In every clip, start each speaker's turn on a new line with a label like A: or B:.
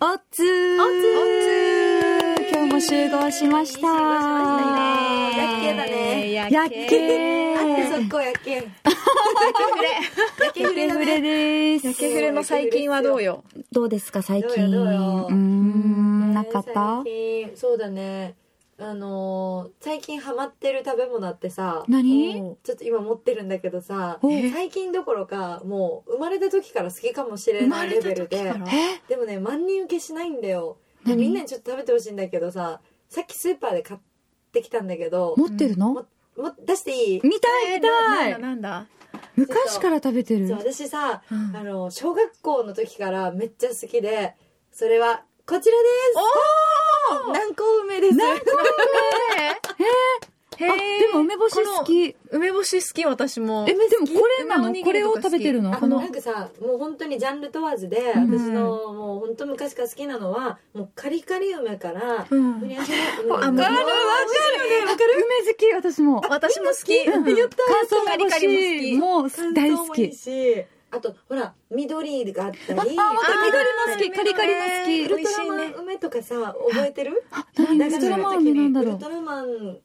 A: おつー
B: おつー
A: 今日も集合しました。
B: やっけーだね
A: やっけー。
B: あってそこやっ け。やけ
A: や
B: ふ
A: っ
B: れ。
A: け
B: やけ
A: ふ
B: ふ
A: れ
B: れだ
A: で
B: ね。
A: す。
B: や
C: ケフレの最近はどうよ
A: どうですか、最近。
B: どうよどうよ
A: ーん、なかっ
B: 最
A: た
B: 近そうだね。あのー最近ハマってる食べ物ってさ、
A: 何
C: うん
B: ちょっと今持ってるんだけどさ、
A: お
C: え
B: 最近どころかもう生まれた時から好きかもしれ
C: 生ま
B: ない
C: れ
B: レ
C: た
B: ベル
C: 時か
B: で
C: ら
A: え
B: でもね万人受けしないんだよで
A: 何
B: みんなにちょっと食べてほしいんだけどささっきスーパーで買ってきたんだけど
A: 持ってる
B: も
A: の
B: も出していい
A: 見たい、見た
C: ないんだ。なんだ
A: 昔から食べて
B: そう
A: る。
B: 私さ
C: うん
B: あの小学校の時からめっちゃ好きでそれはこちらです
C: おー
B: 南高梅です
A: 南
C: へ
A: あ、
C: ー
A: でも梅干し好き。
C: 梅干し好き私も
A: え、でもこれな
C: 梅お
A: の
C: にぎり
A: これを
C: とか
A: 食
C: 好き
A: べてるの
B: あ
A: こ
B: の
A: の
B: なん。かさもう本当にジャンル問わずで、
A: うん
B: 私のもう本当昔から好きなのはもうカリカリ梅から、
C: うん
B: ふにゃふ
C: わか
B: に
C: る
B: ゃ
C: わ
B: 梅
A: わかる梅好き、私も。
C: 私も好き
A: うん
C: 言った
A: 乾燥
C: カリカリも好
A: も欲
C: き
A: しいもう大
B: 乾燥
A: 好
B: もいい
A: き。
B: しあとほら緑があった り
A: あわかる緑も好き
C: あー
A: カリカリも好き
B: ウ
C: ね美
B: ル
C: 味
B: ト
C: しい
B: ラマン
C: ね
B: 梅とかさ覚えてる
A: あ、何ウルトラマンになんだ
B: ウ
A: ろ
B: ル
A: う。
B: トラマン兄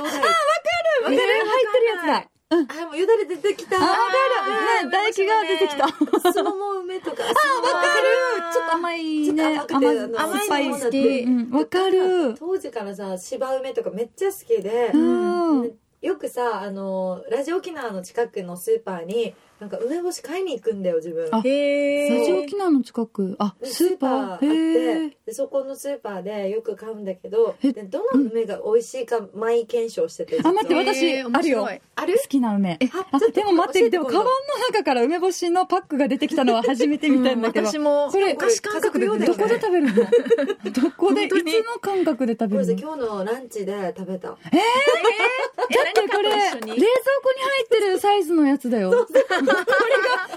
B: 弟
A: えー入ってるやつだ。うん。
B: あもうよだれ出てきた
A: あ、わか
C: あー
A: る。ね、唾液が出てきた。わかる。
B: すもも梅とかあ
C: あー
A: ちょっと甘いね。
B: ちょっと甘くて
A: 甘酸っぱ
C: 甘い
A: い
C: の
A: 好
C: 好
A: き。
C: き
A: うんわかる。
B: 当時からさ芝梅とかめっちゃ好きで
A: う、ん。
B: よくさあのラジオ沖縄の近くのスーパーになんか梅干し買いに行くんだよ自分
A: あ
C: へー
A: ラジオ沖縄の近く。あ、
B: で
A: スーパー。
B: スーパーあ
A: へ
B: っ
A: ー
B: てでそこのスーパーでよく買うんだけど
A: え
B: でどの梅が美味しいか毎検証しててずっと
A: あ、待って、私
C: えー、面
A: ある
C: 白い
A: よ。
B: ある
A: 好きな梅。
B: あ
A: あ
B: ちょっと
A: でも待っ
B: 教
A: て、
B: え
A: でも、
B: 今
A: カ
B: 度
A: バンの中から梅干しのパックが出てきたのは初めてみたいんだけど。
C: 私も
A: これ
C: お菓子感覚で
B: これ
A: どこで食 べるのどこで、いつ
C: 本当に
A: の感覚で食
B: こ
A: べ
B: れ
A: る
B: さ
A: の
B: 今日のランチで食べた
C: え
A: だってこれ、冷蔵庫
C: 何かと
A: に
C: 一緒に
A: 入ってるサイズのやつだよ。これが、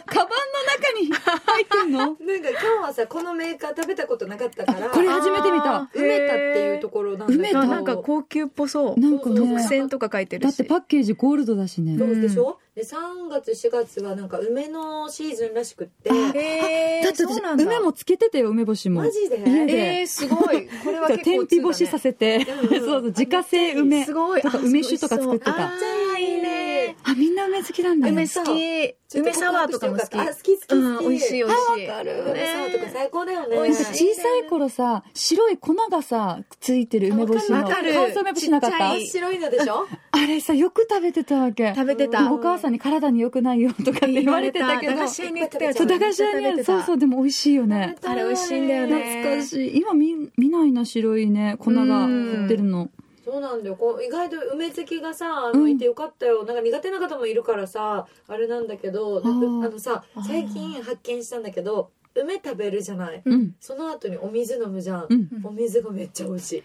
A: カバンの中に入ってんの
B: なんか今日はさこのメーカー食べたことなかったから
A: あこれ初めて見た
C: あー
B: 梅田っていうところなんだけど
A: 梅田
C: ななんか高級っぽそう
A: なんか
B: そうそう
C: 特
B: そう
A: ね、
C: 選とか書いてる
A: だ
C: し
A: ってパッケージゴールドだしね
B: そ。うでしょ、で3月4月はなんか梅のシーズンらしくって
A: あ
C: へー
A: だって
C: そ
A: 私
C: うなんだ
A: 梅もつけてたよ、梅干しも。
B: マジで
A: 家で
C: えーすごいこれは
A: そう
C: 結構
A: 天日干しさせて、
B: うん
A: そうそう、自家製梅
C: すごい
A: とか
C: あ
A: 梅酒とか作って
C: 美味しそ
A: た
C: う。
B: あーいいね
A: あ、みんな梅好きなんだ
C: 梅
A: ね。
C: 好き梅サワーとかも好き
B: あ好き好き好き、
C: うん美味しい美味しい
A: あわかる
B: 梅サワーとか最高だよね
C: 美
A: 小
C: 味し
A: さい頃さ、白い粉がさ、ついてる梅干しの。
C: わか
A: 乾
C: る
A: 燥梅干しなかっ
C: ちっち
A: た
C: ゃ
B: 面白いのでしょ
A: あれさ、よく食べてたわけ。
C: 食べて
A: で
C: た
A: もお母さんに体に良くないよとかって言われてたけど
C: 駄菓子屋に売ってたやつ
A: そう駄菓子屋にあるそうそうでも美味しいよね
C: あれ美味しいんだよね
A: 懐かしい今見見ないな白いね粉が売ってるの
B: そうなんだよこう意外と梅好きがさあ
A: う
B: の
A: ん
B: いてよかったよ、なんか苦手な方もいるからさあれなんだけど
A: あー
B: あのさ
A: あー
B: 最近発見したんだけど梅食べるじゃない
A: うん
B: その後にお水飲むじゃん、
A: うん
B: お水がめっちゃ美味しい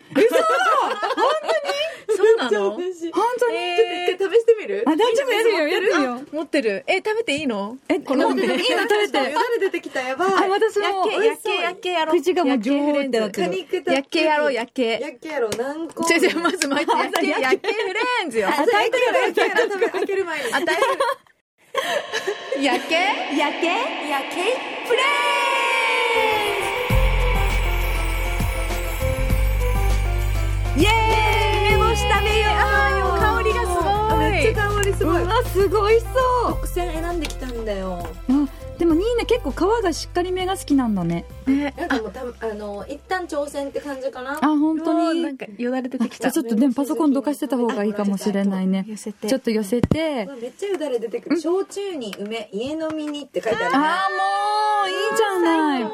B: めっ
C: そうな
B: ちゃ
C: の
B: 美味しい
A: 本当に
B: ちょっと一回試してみる
A: あ大丈夫やるよやるよ
C: 持ってるえ食べていいの
A: えこのいいの食べ
B: ちょ っと
A: て
B: よだれ出てきたやばい
A: あ私
C: やっ
A: も
C: け
A: 美味
C: やっ
A: し
C: け
A: そう
C: やっけやろう
A: 口がもう
C: やっけ
A: ジューってなって
B: 果
A: る
B: 肉たっぷり
C: やっけやろうやっけ
B: やっけやろ何個
C: じゃじゃまず巻いてやっけやっけフレンズよ
B: あ大丈夫やっけやろ食べ開ける前に
C: あ大変やっけ
A: やけやけプレイイエーイ梅干し食べよう
C: 香りがすごい
B: めっちゃ香りすごいう
A: わすごいそう
B: 特選選んできたんだよ
A: あでもニーナ結構皮がしっかりめが好きなんだね
C: ね
B: なんかもうたあの一旦挑戦って感じかな
A: あ本当
C: うわな
A: に
C: んかよだれ出て
A: じ
C: き
A: ゃ
C: た
A: あちょっとでもパソコンどかしてた方がいいかもしれないね
C: 寄せて
A: ちょっと寄せて
B: うわめっちゃよだれ出てくる焼酎に梅家飲みにって書いてあるね
A: あーもういいじゃない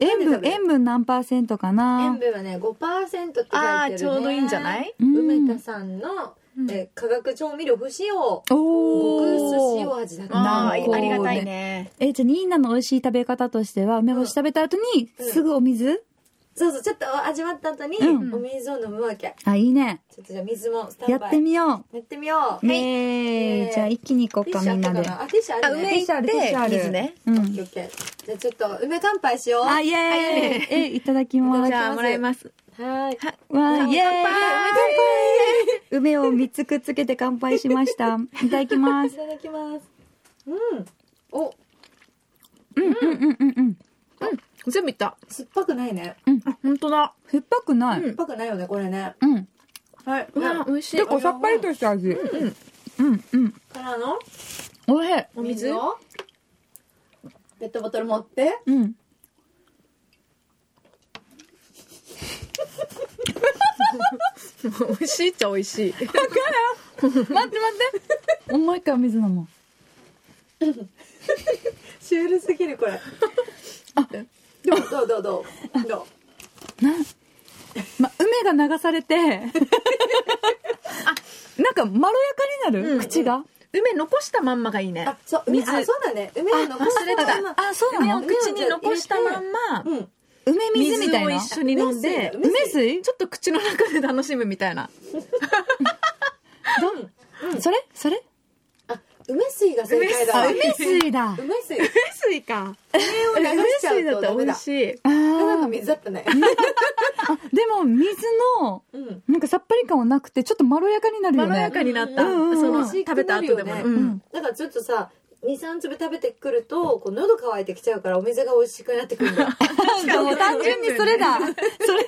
A: 塩分塩分何パーセントかな
B: 塩分はね5%って書いて
C: あ
B: ある
C: ー
B: ね
C: ちょうどいいんじゃない
A: うん
B: 梅田さんの、えー化学調味料不使用
A: お
B: 極
A: ー
B: 薄塩味だった
C: あ
A: なるほ
C: ー
A: ど
C: ありがたいね
A: えじゃあニーナの美味しい食べ方としては梅干し食べた後に
B: うん
A: すぐお水
B: そうそうちょっと味わった後に
A: うん
B: お水を飲むわけ、
A: あいいね
B: ちょっとじゃあ水もスタンバ
A: や
B: イ
A: ってみよ
B: やってみよ
A: う
B: うはい
A: ね
B: は
A: え
B: い
A: じゃあ一気に行こ
B: テ
A: う
B: ィッ
A: かみ
B: シュあっ
A: ん
B: た
A: な
B: か
A: で
B: なあティッシュあ
C: あ
B: る
C: 梅
B: ね
C: 行って水ね
A: う
B: オッケ
A: ん
B: ーオッケーじゃあちょっと梅乾杯しよう
A: あイエーイえいただきます
C: じゃあもらいます
B: はい
A: わあ、イエーイ
C: 乾杯
A: 梅を3つくっつけて乾杯しました。いただきま
B: い
A: す。
B: ただきますうんお
A: うんうんうんうんうん。
C: 全部いった。
B: 酸っぱくないね。
C: あ、本当だ。
A: 酸っぱくない。
C: う
B: 酸っぱくないよね、これね。
A: うん。
B: はい。
C: うわ、
B: ね
C: 美味しい
A: 結。構さっぱりとした味。
C: うん。
A: うん、うん。
B: からの
A: おいしい。
B: お水をペットボトル持って。
A: うん。
C: 美味しいっちゃ美味しい。
A: 待って待って。 もう一回お水飲もう。
B: シュールすぎる、これ。どうどうどうどうど
A: な、ま、梅が流さ れて、なんかまろやかになる、
C: うん
A: 口が。
C: 梅残したまんまがいいうね
B: あ。、そう、梅、
C: 水
B: あ、そうだね。梅を残
C: 忘れてた
B: まま
A: あ、そう
C: 梅
A: な
C: を
A: の
C: 口に残したまんま、
B: うん。
A: 梅水みたい
C: を
A: な。
C: 一緒に飲んで、
B: 梅
A: 梅
B: 水
A: 水
C: ちょっと口の中で楽しむみたいな。
B: うん。うん
A: それそれ
B: あ、梅水が正解だ
A: あ、
B: わ。
A: 梅水だ。
B: 梅水。
C: 梅水か。
B: 梅を流
C: 梅
B: しちゃ
C: 水
B: う
C: だ
B: と
C: った
B: ダ
C: ら
B: メ
C: 美
B: だ
C: 味。しい。
A: あ
B: ただの
A: ー
B: 水だったね。
A: でも水の、
B: うん。
A: なんかさっぱり感はなくて、ちょっとまろやかになるよ
C: ま
A: ね。
C: ろやかになった。
A: うんうんうん
C: そ
B: 美
C: の、
B: 味し
C: 食
B: く
C: べた
B: なる
C: 後
B: よ
C: でも
B: ね
C: ね。
A: う
C: うんん。
B: だからちょっとさ、2、3粒食べてくると、こう喉乾いてきちゃうからお水が美味しくなってくるん だ。
A: でも 単純にそれだ。それ。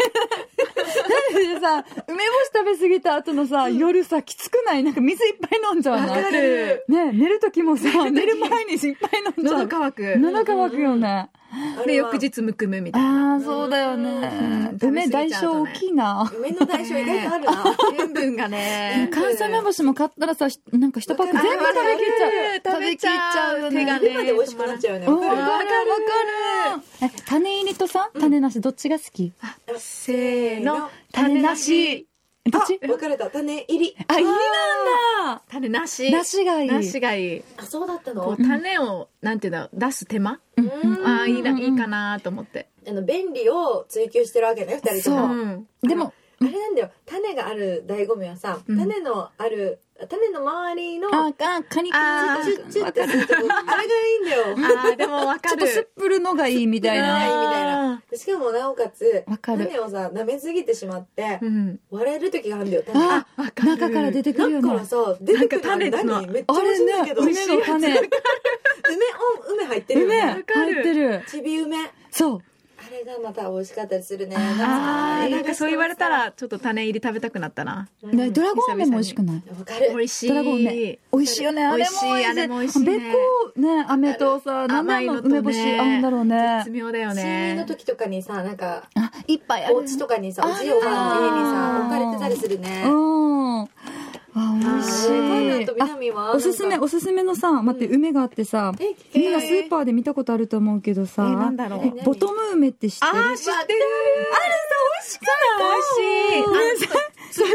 A: なんでさ、梅干し食べ過ぎた後のさ、夜さ、きつくないなんか水いっぱい飲んじゃう
C: わ
A: の。
C: かる。
A: ねえ寝る時もさ、寝る前にいっぱい飲んじゃ
C: 喉
A: う。
C: 乾く。
A: 喉乾くよね。
B: あ
C: で、
B: れは
C: 翌日むくむみたいな。
A: ああ、そうだよ
C: う
A: ね
C: ん。
A: 梅代償大きいな。
B: 梅の代償意外とある な。
C: 塩分がね。
A: 関西梅干しも買ったらさ、しなんか一パック全部食べきっちゃう。
C: 食べきっちゃう
A: 食べきっちゃうよね。
C: 手がね
B: 梅まで美味しくなっちゃうよね。
A: うんわ
B: わ
A: かる
B: かる
A: わかる。え、種入りとさ、種なしどっちが好き
C: せーの。
A: 種
C: 種
A: な
C: な
A: し
C: し。
A: どっち
B: あ、別れた。種入り。
A: あ、いいなんだ
C: 種なし。
A: なしがいい。
C: なしがいい。
B: あ、そうだった
C: こ
B: の
C: う、種を、なんていうんだろう、出す手間
A: う
B: う
A: ん
B: ん。
C: ああ、いいな、
A: うん
C: いいかなと思って。
B: あの、便利を追求してるわけね、二人
A: そ
B: とも
A: う。
C: ん。
A: でも、
B: あれなんだよ種がある醍醐味はさ、
C: うん
B: 種のある種の周りの
A: あ、あ、カニ
C: あ
A: カ
C: ー
A: ニ
B: チュッチュッってするとこあれがいいんだよ
C: ああ、でもわ
A: ち
C: か
A: ょっとすっ
C: る。
A: ぷるのがいいみたい
B: あ
A: な。
B: ーみたいなしかもなおかつ
A: わかる
B: 種をさ舐めすぎてしまって、
C: うん。
B: 割れる時があるんだよ種
A: あ
B: が
A: ー
C: わかる
A: 中から出てくる
B: だ
A: よ
B: から
A: ね。
B: さ出てくる
C: なんか種の
B: 何めっちゃ
A: あ
B: 美味しいん
A: れ
B: だ
A: ね
B: け、ど
A: 梅の種。
B: 梅お梅入ってるよ
A: 梅、
B: ね
A: 入ってる。
B: ちび梅あ
A: そう。
B: れがまた美味しかったりするね
C: あ
A: あ
C: あ、
A: ー
C: なんかそう言われた
B: わ、
C: ら、ちょっと種入り食べたくなったな。
B: うん
A: で
B: わ
A: ドラゴン梅も美味しくない
B: かる
C: 美味しい。
A: ドラゴン梅。美味しいよね。あれも美味しい。
C: 美味しいあれも美味しいね
A: べっこうね、飴とさ、生
C: 甘い
A: の
C: のと
A: 梅
C: ね
A: 干しあるんだろうね
C: 絶。妙だよ
B: 睡眠の
C: ね。
B: 時とかにさなんか
A: あ、いっぱいある。
B: お家とかにさ
A: あ
B: お
A: る
B: じいおばあの家にさ
A: あー
B: 置かれてたりするね
A: うん。あ、美
B: あー
A: 味し
B: すごいないと。
A: あ、
B: 南は
A: おすすめ、
B: なんか
A: おすすめのさ、待って、
B: うん
A: 梅があってさ、
B: え聞け
A: 梅がスーパーで見たことあると思うけど
C: えーな
A: さ
C: ん、だろう。
B: 何
A: ボトム梅って知ってる
C: ああ、知ってる。
A: 美
C: 美
A: 味しい。それだよ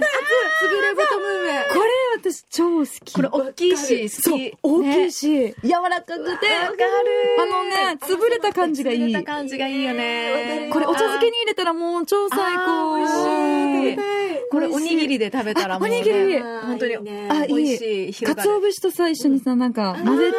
A: ね。
B: つぶれボトム梅
A: これ私超好き。
C: これ大きいし、
A: そ
C: 好
A: う
C: き。、
A: 大きい
C: し。
A: し、柔らか
C: わ
A: くて、
C: かる。
A: あのね、潰れた感じがい
C: 潰れ
A: い。
C: た感じがいいよね。
A: これお茶漬け
C: に。
A: に入れたらもう超最高。
C: あー
A: 美
C: 美味し
A: 味しい。
C: これおにぎりで食べたらもうね。
A: あおにぎり
C: 本当に。
A: あ
B: あ
A: いい
C: 美味しい。広
A: か
C: が
A: つ
C: る
A: お節とさ、一緒にさ、なんか混ぜて、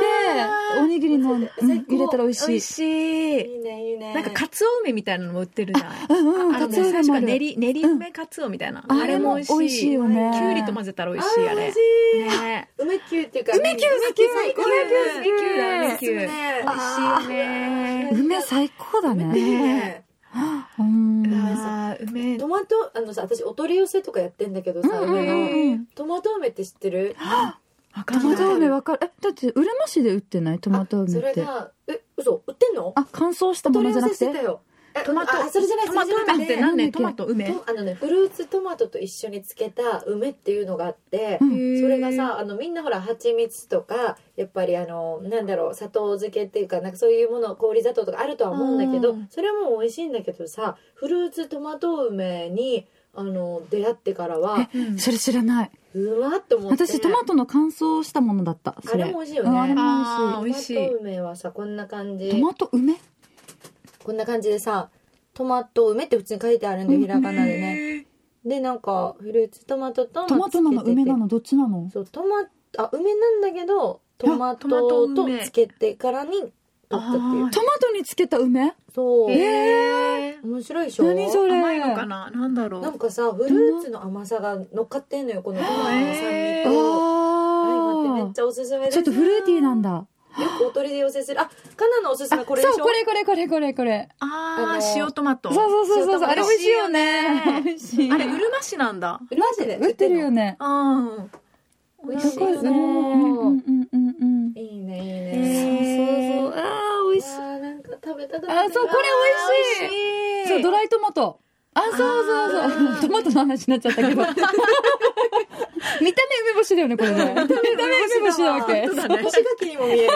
A: おにぎりの、うん
B: 最高
A: 入れたら美味
C: 美
A: しい
C: 味。しい。
B: いいねいいね
C: なんか、かつお梅みたいなのも売ってるじゃん。
A: うんうん、
C: あの
A: かつ
C: ね
A: お
C: 確
A: 節もあ
C: か
A: る。
C: 練り練り梅かつおみたいな、
A: うん
C: あれも美
A: あれも美
C: 味
A: 味
C: しい
A: しいよね
C: きゅうりと混ぜたら美味しいあれ
B: 美
C: ね
B: 味しい梅キューっていうか
A: 梅キュー好き
B: 最高
A: 梅キュー好き
B: 梅
C: きゅうだね
A: 好
C: きゅう美味しいよね
A: 梅最高だ
B: 梅ってい
A: ね。
B: いね
A: うん。
C: あー梅
B: トマトあのさ私お取り寄せとかやってんだけどさ
A: うんうん
B: 梅
A: うん
B: の
A: うん
B: トマト梅って知ってる
C: わ
A: ト
C: かん
A: マ
C: ない
A: ト梅わかる。え、だって、うるま市で売ってないトマト梅
B: そ
A: っ
B: れ
A: て。
B: がえ嘘売ってんの
A: あ、乾燥した
B: お
A: もの
B: 取り
A: じゃ
B: 寄
A: なく
B: せして
A: て
B: たよえ
C: トマト
B: あそれじゃない
C: ト
B: それ
C: マ
B: じ
C: ト
B: ゃなく
C: 梅って
B: て
C: な
A: な
C: ん
A: んだっけ
C: でトマト梅
B: とあのねフルーツトマトと一緒に漬けた梅っていうのがあって、
A: うん
B: それがさあのみんなほら蜂蜜とかやっぱりあのなんだろう砂糖漬けっていうかなんかそういうもの氷砂糖とかあるとは思うんだけど、
C: うん
B: それも美味しいんだけどさフルーツトマト梅にあの出会ってからは
C: うん
A: それ知らない。
B: うまっと思って
A: 私、トマトの乾燥したものだった。
B: あ
A: そ
B: れ
A: れ
B: も。美味しいよ
A: うんあれ
B: ね
C: あー
B: ト
C: 美
B: マ
C: 味し
B: ト
C: い
B: 梅はさこんな感じ
A: トマト梅
B: こんな感じでさトマト梅って普通に書いてあるんだよひらがなでね
C: ね
B: でなんかフルーツトマトと
A: トマトなの
B: つけてて
A: 梅なのどっちなの
B: そうトマあ梅なんだけどトマトと
C: トマト梅
B: つけてからに取ったっていう
C: あ
A: トマトにつけた梅
B: そう、
C: え
B: 面白いでしょ
A: 何それ
C: 甘いのかななんだろう
B: なんかさフルーツの甘さが乗っかってんのよこのトマトの酸味
C: へ
A: あ
B: と、
A: ー
B: 相まってめっちゃおすすめです
A: ちょっとフルーティーなんだ。
B: よくお取りで寄せする。あ、カナのおすすめこれでしょ
A: そう、これこれこれこれこれ。
C: あ
B: あの
C: ー、
B: ー
C: 塩トマト。
A: そうそうそうそう。あれ
B: 塩
A: 美味しいよね。美味しい。
C: あれ、うるま市なんだ。
A: マジで売ってるよね。
C: うん。
B: 美
A: ど
B: 味しい
A: こ
B: よ
A: うる
B: ね。
A: うんうんうんうん。
B: いいね、いい
A: そう
B: ね。
A: そうそう。あー美味しい。
B: あーなんか食べたかったな。
A: あ、そう、これ美味しい。
C: し
A: そう、ド
C: ラ
A: ライトマト。あ、そうそう
C: あー
A: そう。トマトの話になっちゃったけど。見た目梅干しだよね、これね。見た目梅干しだわけ。
C: 本当だね
B: 干し柿 にも見える。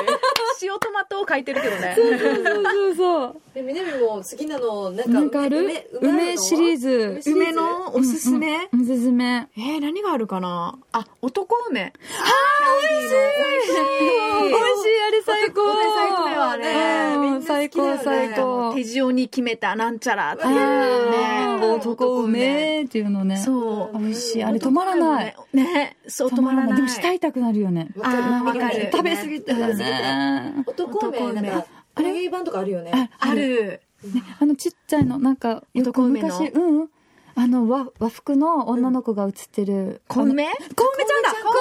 C: 塩トマトを書いてるけどね。
A: そうそうそうそう。
B: で、みなみも好きなの、なんか、
A: なんかある梅シリー
B: ズ。
A: ズ。
B: 梅
C: 梅のおすすめ、
A: おすすめ。
C: えー、何があるかなあ、男梅。
A: 美味しいあれ最高
C: あれ最高だよあれ
A: うん
B: みんな好
A: 最
B: きだよ
A: 高
B: ね
A: 最高
C: 手塩に決めたなんちゃらって
A: あ
C: いうね。
A: ー男梅っていうのね
C: そう
A: 美。味しいあれ止まらない。
C: ね、そう止まらない。
A: でも舌痛くなるよね
B: わ
C: あーわかる
A: 食べ過ぎて
B: 食
A: る
B: べ過ぎて
A: ね
B: 男梅、なんか、クレゲイ版とかあるよね。
A: あ
C: ある。
A: あのちっちゃいのなんかよ
C: 男
A: く
C: 梅の
A: 昔うんあの和和服の女の子が写ってる
C: 小
A: あの
C: 梅
A: 小梅ちゃんだ
C: 小梅ちゃん
A: 小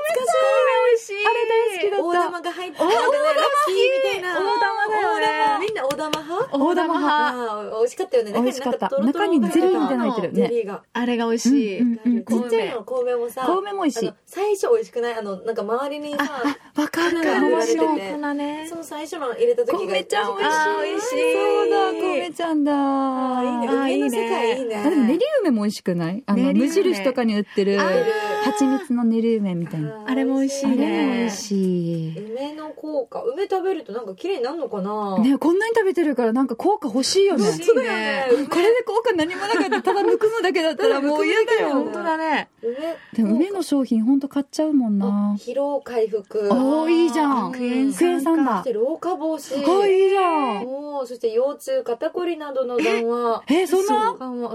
A: 梅ちゃ
C: 懐かしい。美味しい。
A: あれ大好きだ
B: 大玉が入ってるね、ラスキーみたいな。
C: 大玉だよね
B: 大玉みんな大玉派
A: ん大玉派
B: あー美味しかったよね。
A: 美味しかった中にゼリーみたいなの入ってる
B: ゼ
A: ね
B: リーが。
C: あれが美味しい。
A: うん
B: ちっちゃいのの小
C: 小
B: 梅もさ、
A: 小梅も美味しい
B: あの最初美味しくないあの、なんか周りにさ、
A: わかる
B: なんか
A: 面白
B: 面
A: い
B: 白い
C: ね
B: その最初の入れた時が
A: 小梅ちゃん美味しい
C: あー美味しい
A: そうだ小梅ちゃんだ
B: ああ、いいね。
C: あーい
B: 梅
C: いね
B: の世界いいね。
A: あでも練り梅も美味しくないあ
C: 練り
A: の
C: 梅
A: 無印とかに売ってる
C: あー
A: 蜂蜜の練り梅みたいな
B: ー
C: あれも美味しい
A: あれ
C: ね
A: も美味しい
B: 梅の効果。梅食べるとなんか綺麗になるのかな
A: ねこんなに食べてるからなんか効果欲しいよね
C: 欲しい
B: そうだよね。
A: これで効果何もなかったらただむくのだけだったらもう嫌だよ
C: 本当だね。
B: 梅。梅
A: でも梅の商品ほんと買っちゃうもん
B: あ
A: な
B: 疲労回復。
A: あおーいいじゃん
C: クエン
A: クエン
C: 酸
A: 酸
B: そ
A: だ
B: して老化防止。
A: あいいじゃん
B: おーそして腰痛、肩こりなどの談話。
A: えそんな
B: 緩和えー、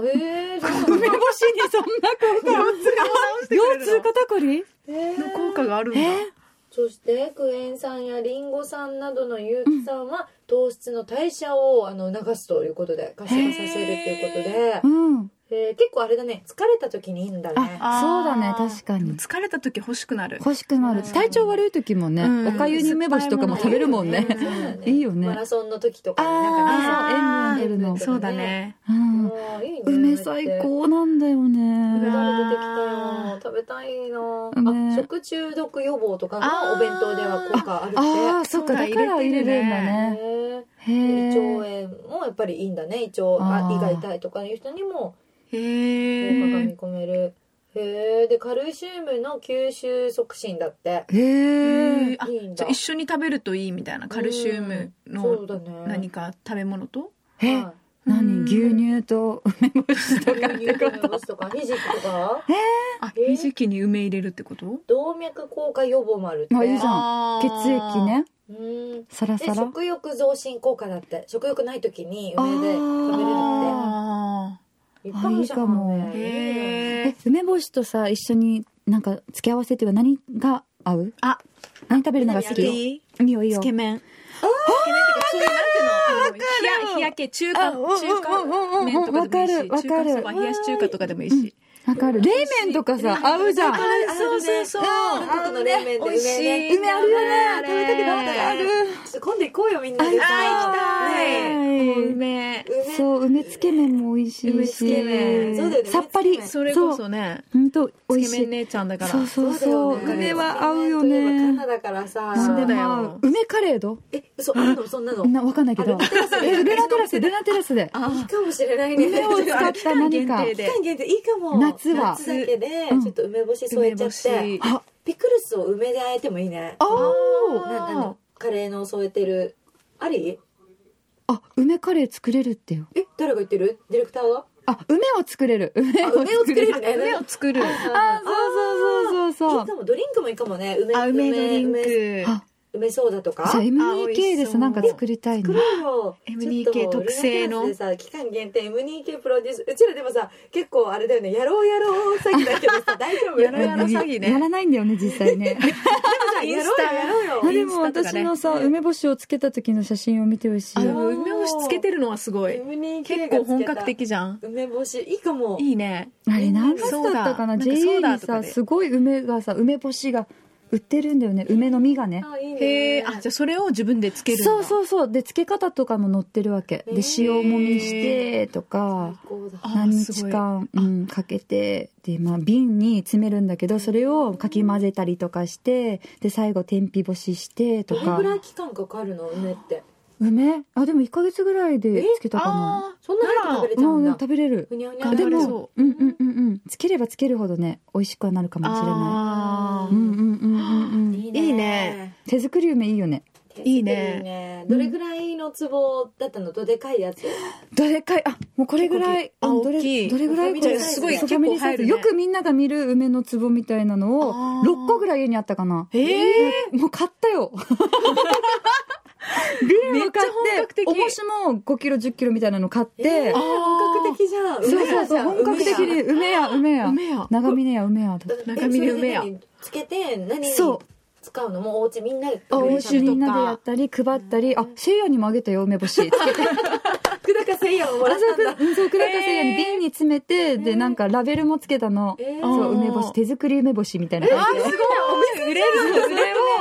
B: そうなん
A: 梅
B: だ
A: 干しにそんな 効果腰痛肩こり
B: えー
C: の効果があるんだ。
A: え
B: そしてクエン酸やリンゴ酸などの有機酸は糖質の代謝をあの促すということで活性化させるっていうことで
A: う、ん
B: えー結構あれだね疲れた時にいいんだね
C: あー
A: そうだね確かに
C: 疲れた時欲しくなる。
A: 欲しくなる
B: うん
A: 体調悪い時もね
C: うん
A: おかゆに梅干しとかも食べるもんね
C: 酸っ
B: そうだね
C: ぱいもの
A: いいよね
B: マラソンの時とかになんかね
A: あ
C: あ
A: ーそう塩分出る
C: ー
A: の
B: うん
C: そうだね。
A: うん
B: もういいね
A: 梅最高なんだよ
B: 梅
A: ね
B: が出てきたよ食べたいな、
A: ね
B: あ食中毒予防とかのお弁当では効果あるって
A: ああそっか
C: そうだ
A: だから入れるんだね
B: ね
A: へ
B: 胃腸
A: え
B: 炎もやっぱりいいんだね胃腸あ
A: あー
B: 胃が痛いとかいう人にも効果が
C: へえ
B: 見。込めるへえでカルシウムの吸収促進だって
A: へ
C: へ
A: え
C: え。あ
B: いいん
C: じ
B: だ
C: ゃあ一緒に食べるといいみたいな。カルシウム
B: そう
C: の
B: だね
C: 何か食べ物と。
A: え
B: は
A: 何
C: うん
A: 牛乳と梅干しと
B: い
A: かってこ
B: 牛乳の
A: と
B: 話とかひじきとか
C: あ、
B: えー
C: ひじきに梅入れるってこと
B: 動脈硬化予防もあるって
A: あいいじゃん
C: あ
A: 血
C: ー
A: 液ね
B: うん
A: サラ
B: で
A: サラ
B: 食欲増進効果だって食欲ない時に
A: あ
B: 梅で
A: ー
B: 食べれるっ
C: あ
B: ていっぱいあるじゃん
A: あいいかも
B: ね
C: ー
B: いいね
A: え
C: へえ。
A: 梅干しとさ一緒になんか付け合わせっていうか何が合う
C: あ、
A: 何食べるのが
C: 好
A: 好き
C: き
A: い
C: い
A: いよいいよ
C: つけ麺。つけ麺っていうかそういうなんていうのあの、冷や冷や系、中華、
A: あうんうん
C: 中華麺とかでもいいし、
A: わかるわか
C: 中
A: る
C: 華そば、冷やし中華とかでもいいし。
A: わかる冷麺とかさ合うじゃん
B: ある
C: そうそうそう。
B: 韓国の冷麺で
C: 美味しい。
A: 梅あるよね
C: あれ
A: 食べたくなったある
B: ちょっと今度行こうよみんなで
A: あ行き
C: あー、行きたい。
A: うん
C: 梅。
B: 梅
A: そう梅つけ麺も美味しいし
C: 梅つけ麺
B: そうだよね
A: さっぱり
C: それこそね、
A: 本当美
C: つ
A: 味
C: け
A: しい
C: 麺姉ちゃんだから。
A: そうそうそう
B: だよね
A: 梅は合うよ
B: 梅といえばカ
A: ね
B: ナダからさ
A: なんで
C: だよ
A: まあ梅カレーど
B: え嘘あんのそんなの
A: なわかんないけど
B: あルナテラスで
A: えルナテラスルナテラスで
C: あ
B: いいかもしれないね
A: 梅 を使った何か
C: あれ期間限
B: 期間限定
C: 定で
B: いいかも
A: 夏は
B: 夏だけで
A: うん
B: ちょっと梅干し添えちゃって
A: あ
B: ピクルスを梅で和えてもいいね
A: あ
B: な
A: ー
B: なんだカレーの添えてるあり
A: あ梅カレー作れるってよ
B: え誰が言ってるディレクターが
A: あ梅を作れる梅
B: あ梅を作れるね
C: 梅を作る。
A: あそうそうそうそ
B: い
A: う
B: い
A: そう
B: かもドリンクもいいかもね梅
C: あ、梅ドリン
B: 梅
C: ク。
A: あ
B: 梅ソーダとか
A: じゃあ
C: あ美味
A: M2K
C: し
A: で
C: そ
A: さ
C: う
A: なんか作りたい
B: 作
A: の
B: ろうよ
C: M2K
B: ちょっと
C: 特製の
B: ルナテラスでさ期間限定 M2K プロデュースうちらでもさ結構あれだよねやろうやろう詐欺だけど さ大丈夫
C: やろうやろう詐欺ね
A: やらないんだよね実際ね
B: さやろうよやろうよ
A: あで
C: インス
A: も
C: タとかね
A: 私のさ梅干しをつけた時の写真を見てほしい
C: あ、で
A: よ
C: も梅干しつけてるのはすごい。
B: M2K
C: 結構本格的じゃん。
B: 梅干しいいかも
C: いいね。
A: あれ何月だったかな
C: そうだ
A: J
C: な
A: に
C: んかソーダとか
A: さ
C: です
A: ごい梅がさ梅干しが売ってるんだよね梅の実がね
B: あいいね
C: へえ、あ、じゃあそれを自分でつけるんだ。
A: そうそうそうで漬け方とかも載ってるわけで
B: へー
A: 塩もみしてとか
B: 最高だ
C: あ
A: 何
C: す
A: 日
C: ごい
A: 間、うん、かけてで、まあ、瓶に詰めるんだけどそれをかき混ぜたりとかしてで最後天日干ししてと
B: どれ
A: か
B: ぐらい期間かかるの梅って
A: 梅あでも1ヶ月ぐらいでつけたかな
C: ああ、
B: そんな早く食べれちゃ
A: も
B: う
A: うんうん
B: だ
A: 食べれる
B: ふにゃふにゃ
A: あ
C: あ
A: で
C: でも、
A: もうんうんうんうんつければつけるほどね美味しくはなるかもしれな
C: あ
A: いうん
C: ー
A: うんうんうんうん
C: いいね
A: 手作り梅いいよね
B: 手作り
C: いいね
B: どれぐらいの壺だったのどでかいやつ
A: どれかいあもうこれぐらい
C: 結構
A: うん
C: あ
A: ど
C: 大き
A: れ
C: い
A: どれぐらい
B: 細身
A: これ
B: じゃあすごい
A: 細
C: 結構
A: 身にサイ
C: 入
A: ズ
C: るね
A: よくみんなが見る梅の壺みたいなのを
C: あー
A: 6個ぐらい家にあったかな
C: ええ
A: もう買った よビールを買
C: めっちゃ本
A: っ
C: 格
A: て
C: 的
A: 重しも5キロ1 0キロみたいなの買って
B: えー
C: あ
B: 本格的じゃ
A: そう
B: ん
A: そう
B: 梅
A: そう
B: や
A: 本格的に梅や梅や
C: 梅や。
A: 長峰や梅やだ
B: 梅や
C: 中身に梅
B: え
C: や
B: それで何つけて何に
A: そう
B: 使うのもうお家みんなで
A: あ、お
C: 梅
A: う
C: 酒
A: ちみんなでや
C: と
A: っ
C: か
A: たり配ったりあせいやにもあげたよ梅干し
B: 福高せいやをもらったんだ
A: うんそう倉田せいやに瓶に詰めて、でなんかラベルもつけたの、
B: えー
A: そう
C: あー
A: 梅干し手作り梅干しみたいな
C: あ
A: 感
C: ー、すごい。売れる。売れる。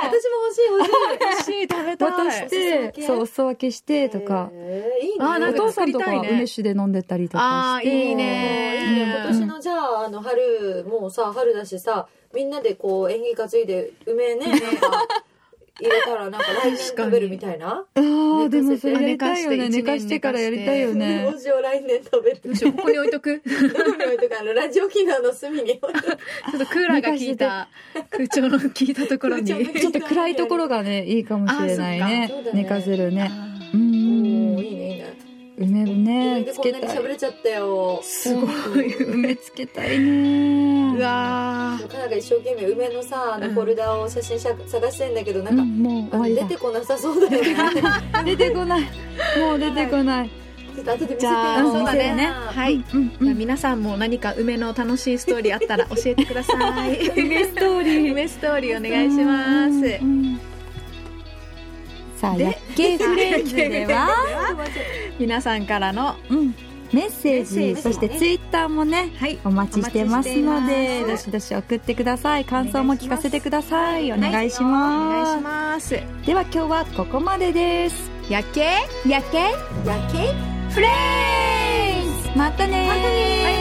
B: 私も欲しい欲しい
C: 欲しい。食べ
A: じ
C: た
A: 渡
C: い。
A: して
B: お裾分け
A: そうお裾分けしてとか、
B: えーいいね
C: あーな
A: お
C: んか
A: 父さんと
C: 作
A: か
C: りたいね
A: 梅酒で飲んでたりと
C: あ
A: か
C: あ、
A: して
C: いいね。
B: いいね今年のじゃああの春もうさ春だしさみんなでこう縁起担いで 梅ねなんか入れたらなんか来年食べるみたいな
A: あーでもそれやり
C: 寝か
A: たい
C: せ
A: よ
C: て
A: ね寝かしてからやりたいよね
B: どうしよう来年食べる
C: どうしようここに置いとく。ち
B: どこに置いとかあのラジオ機能の隅に置いとく
C: ょっとクーラーが効いた、空調の効いたところに。
B: 空調の効い
A: ちょっと暗いところがねいいかもしれない
B: あ
A: ね
B: ーそっか
A: 寝かせるね
C: あー
A: うん
B: おーいいねいいね
A: 梅ね
B: で
A: つ
B: こ
A: け
B: んなに
A: た
B: 喋
A: い
B: れちゃったよ
A: すごい梅つけたいね
C: うわー
B: かなが一生懸命梅のさあの
C: うん
B: フォルダを写真しゃ探してんだけどな
A: うん
B: か
A: ん、もう終
B: あの
A: わり
B: 出
A: だ
B: てこなさそうだよね
A: 出てこないもう出てこない、
B: ちょっと後で見せて
C: じゃあ、
A: うん
C: そうだ
A: 見せる
C: ね。はい。
A: うん
C: じゃあ皆さんも何か梅の楽しいストーリーあったら教えてください梅ストーリー梅ストーリーお願いします、
A: さあ
C: で
A: 夜景フレンズでは、
C: 皆さんからの
A: うん、メッセージ
C: メッセージね
A: そしてツイッターもね
C: はい
A: お待ちしてますので
C: お
A: ど
C: 待ちして
A: しどし送ってください感想も聞かせてくださいお願いし
C: お
A: ます,、
C: 願いします
A: では今日はここまでです
C: 夜景
A: 夜景
B: 夜景
A: フレンズまたねまたね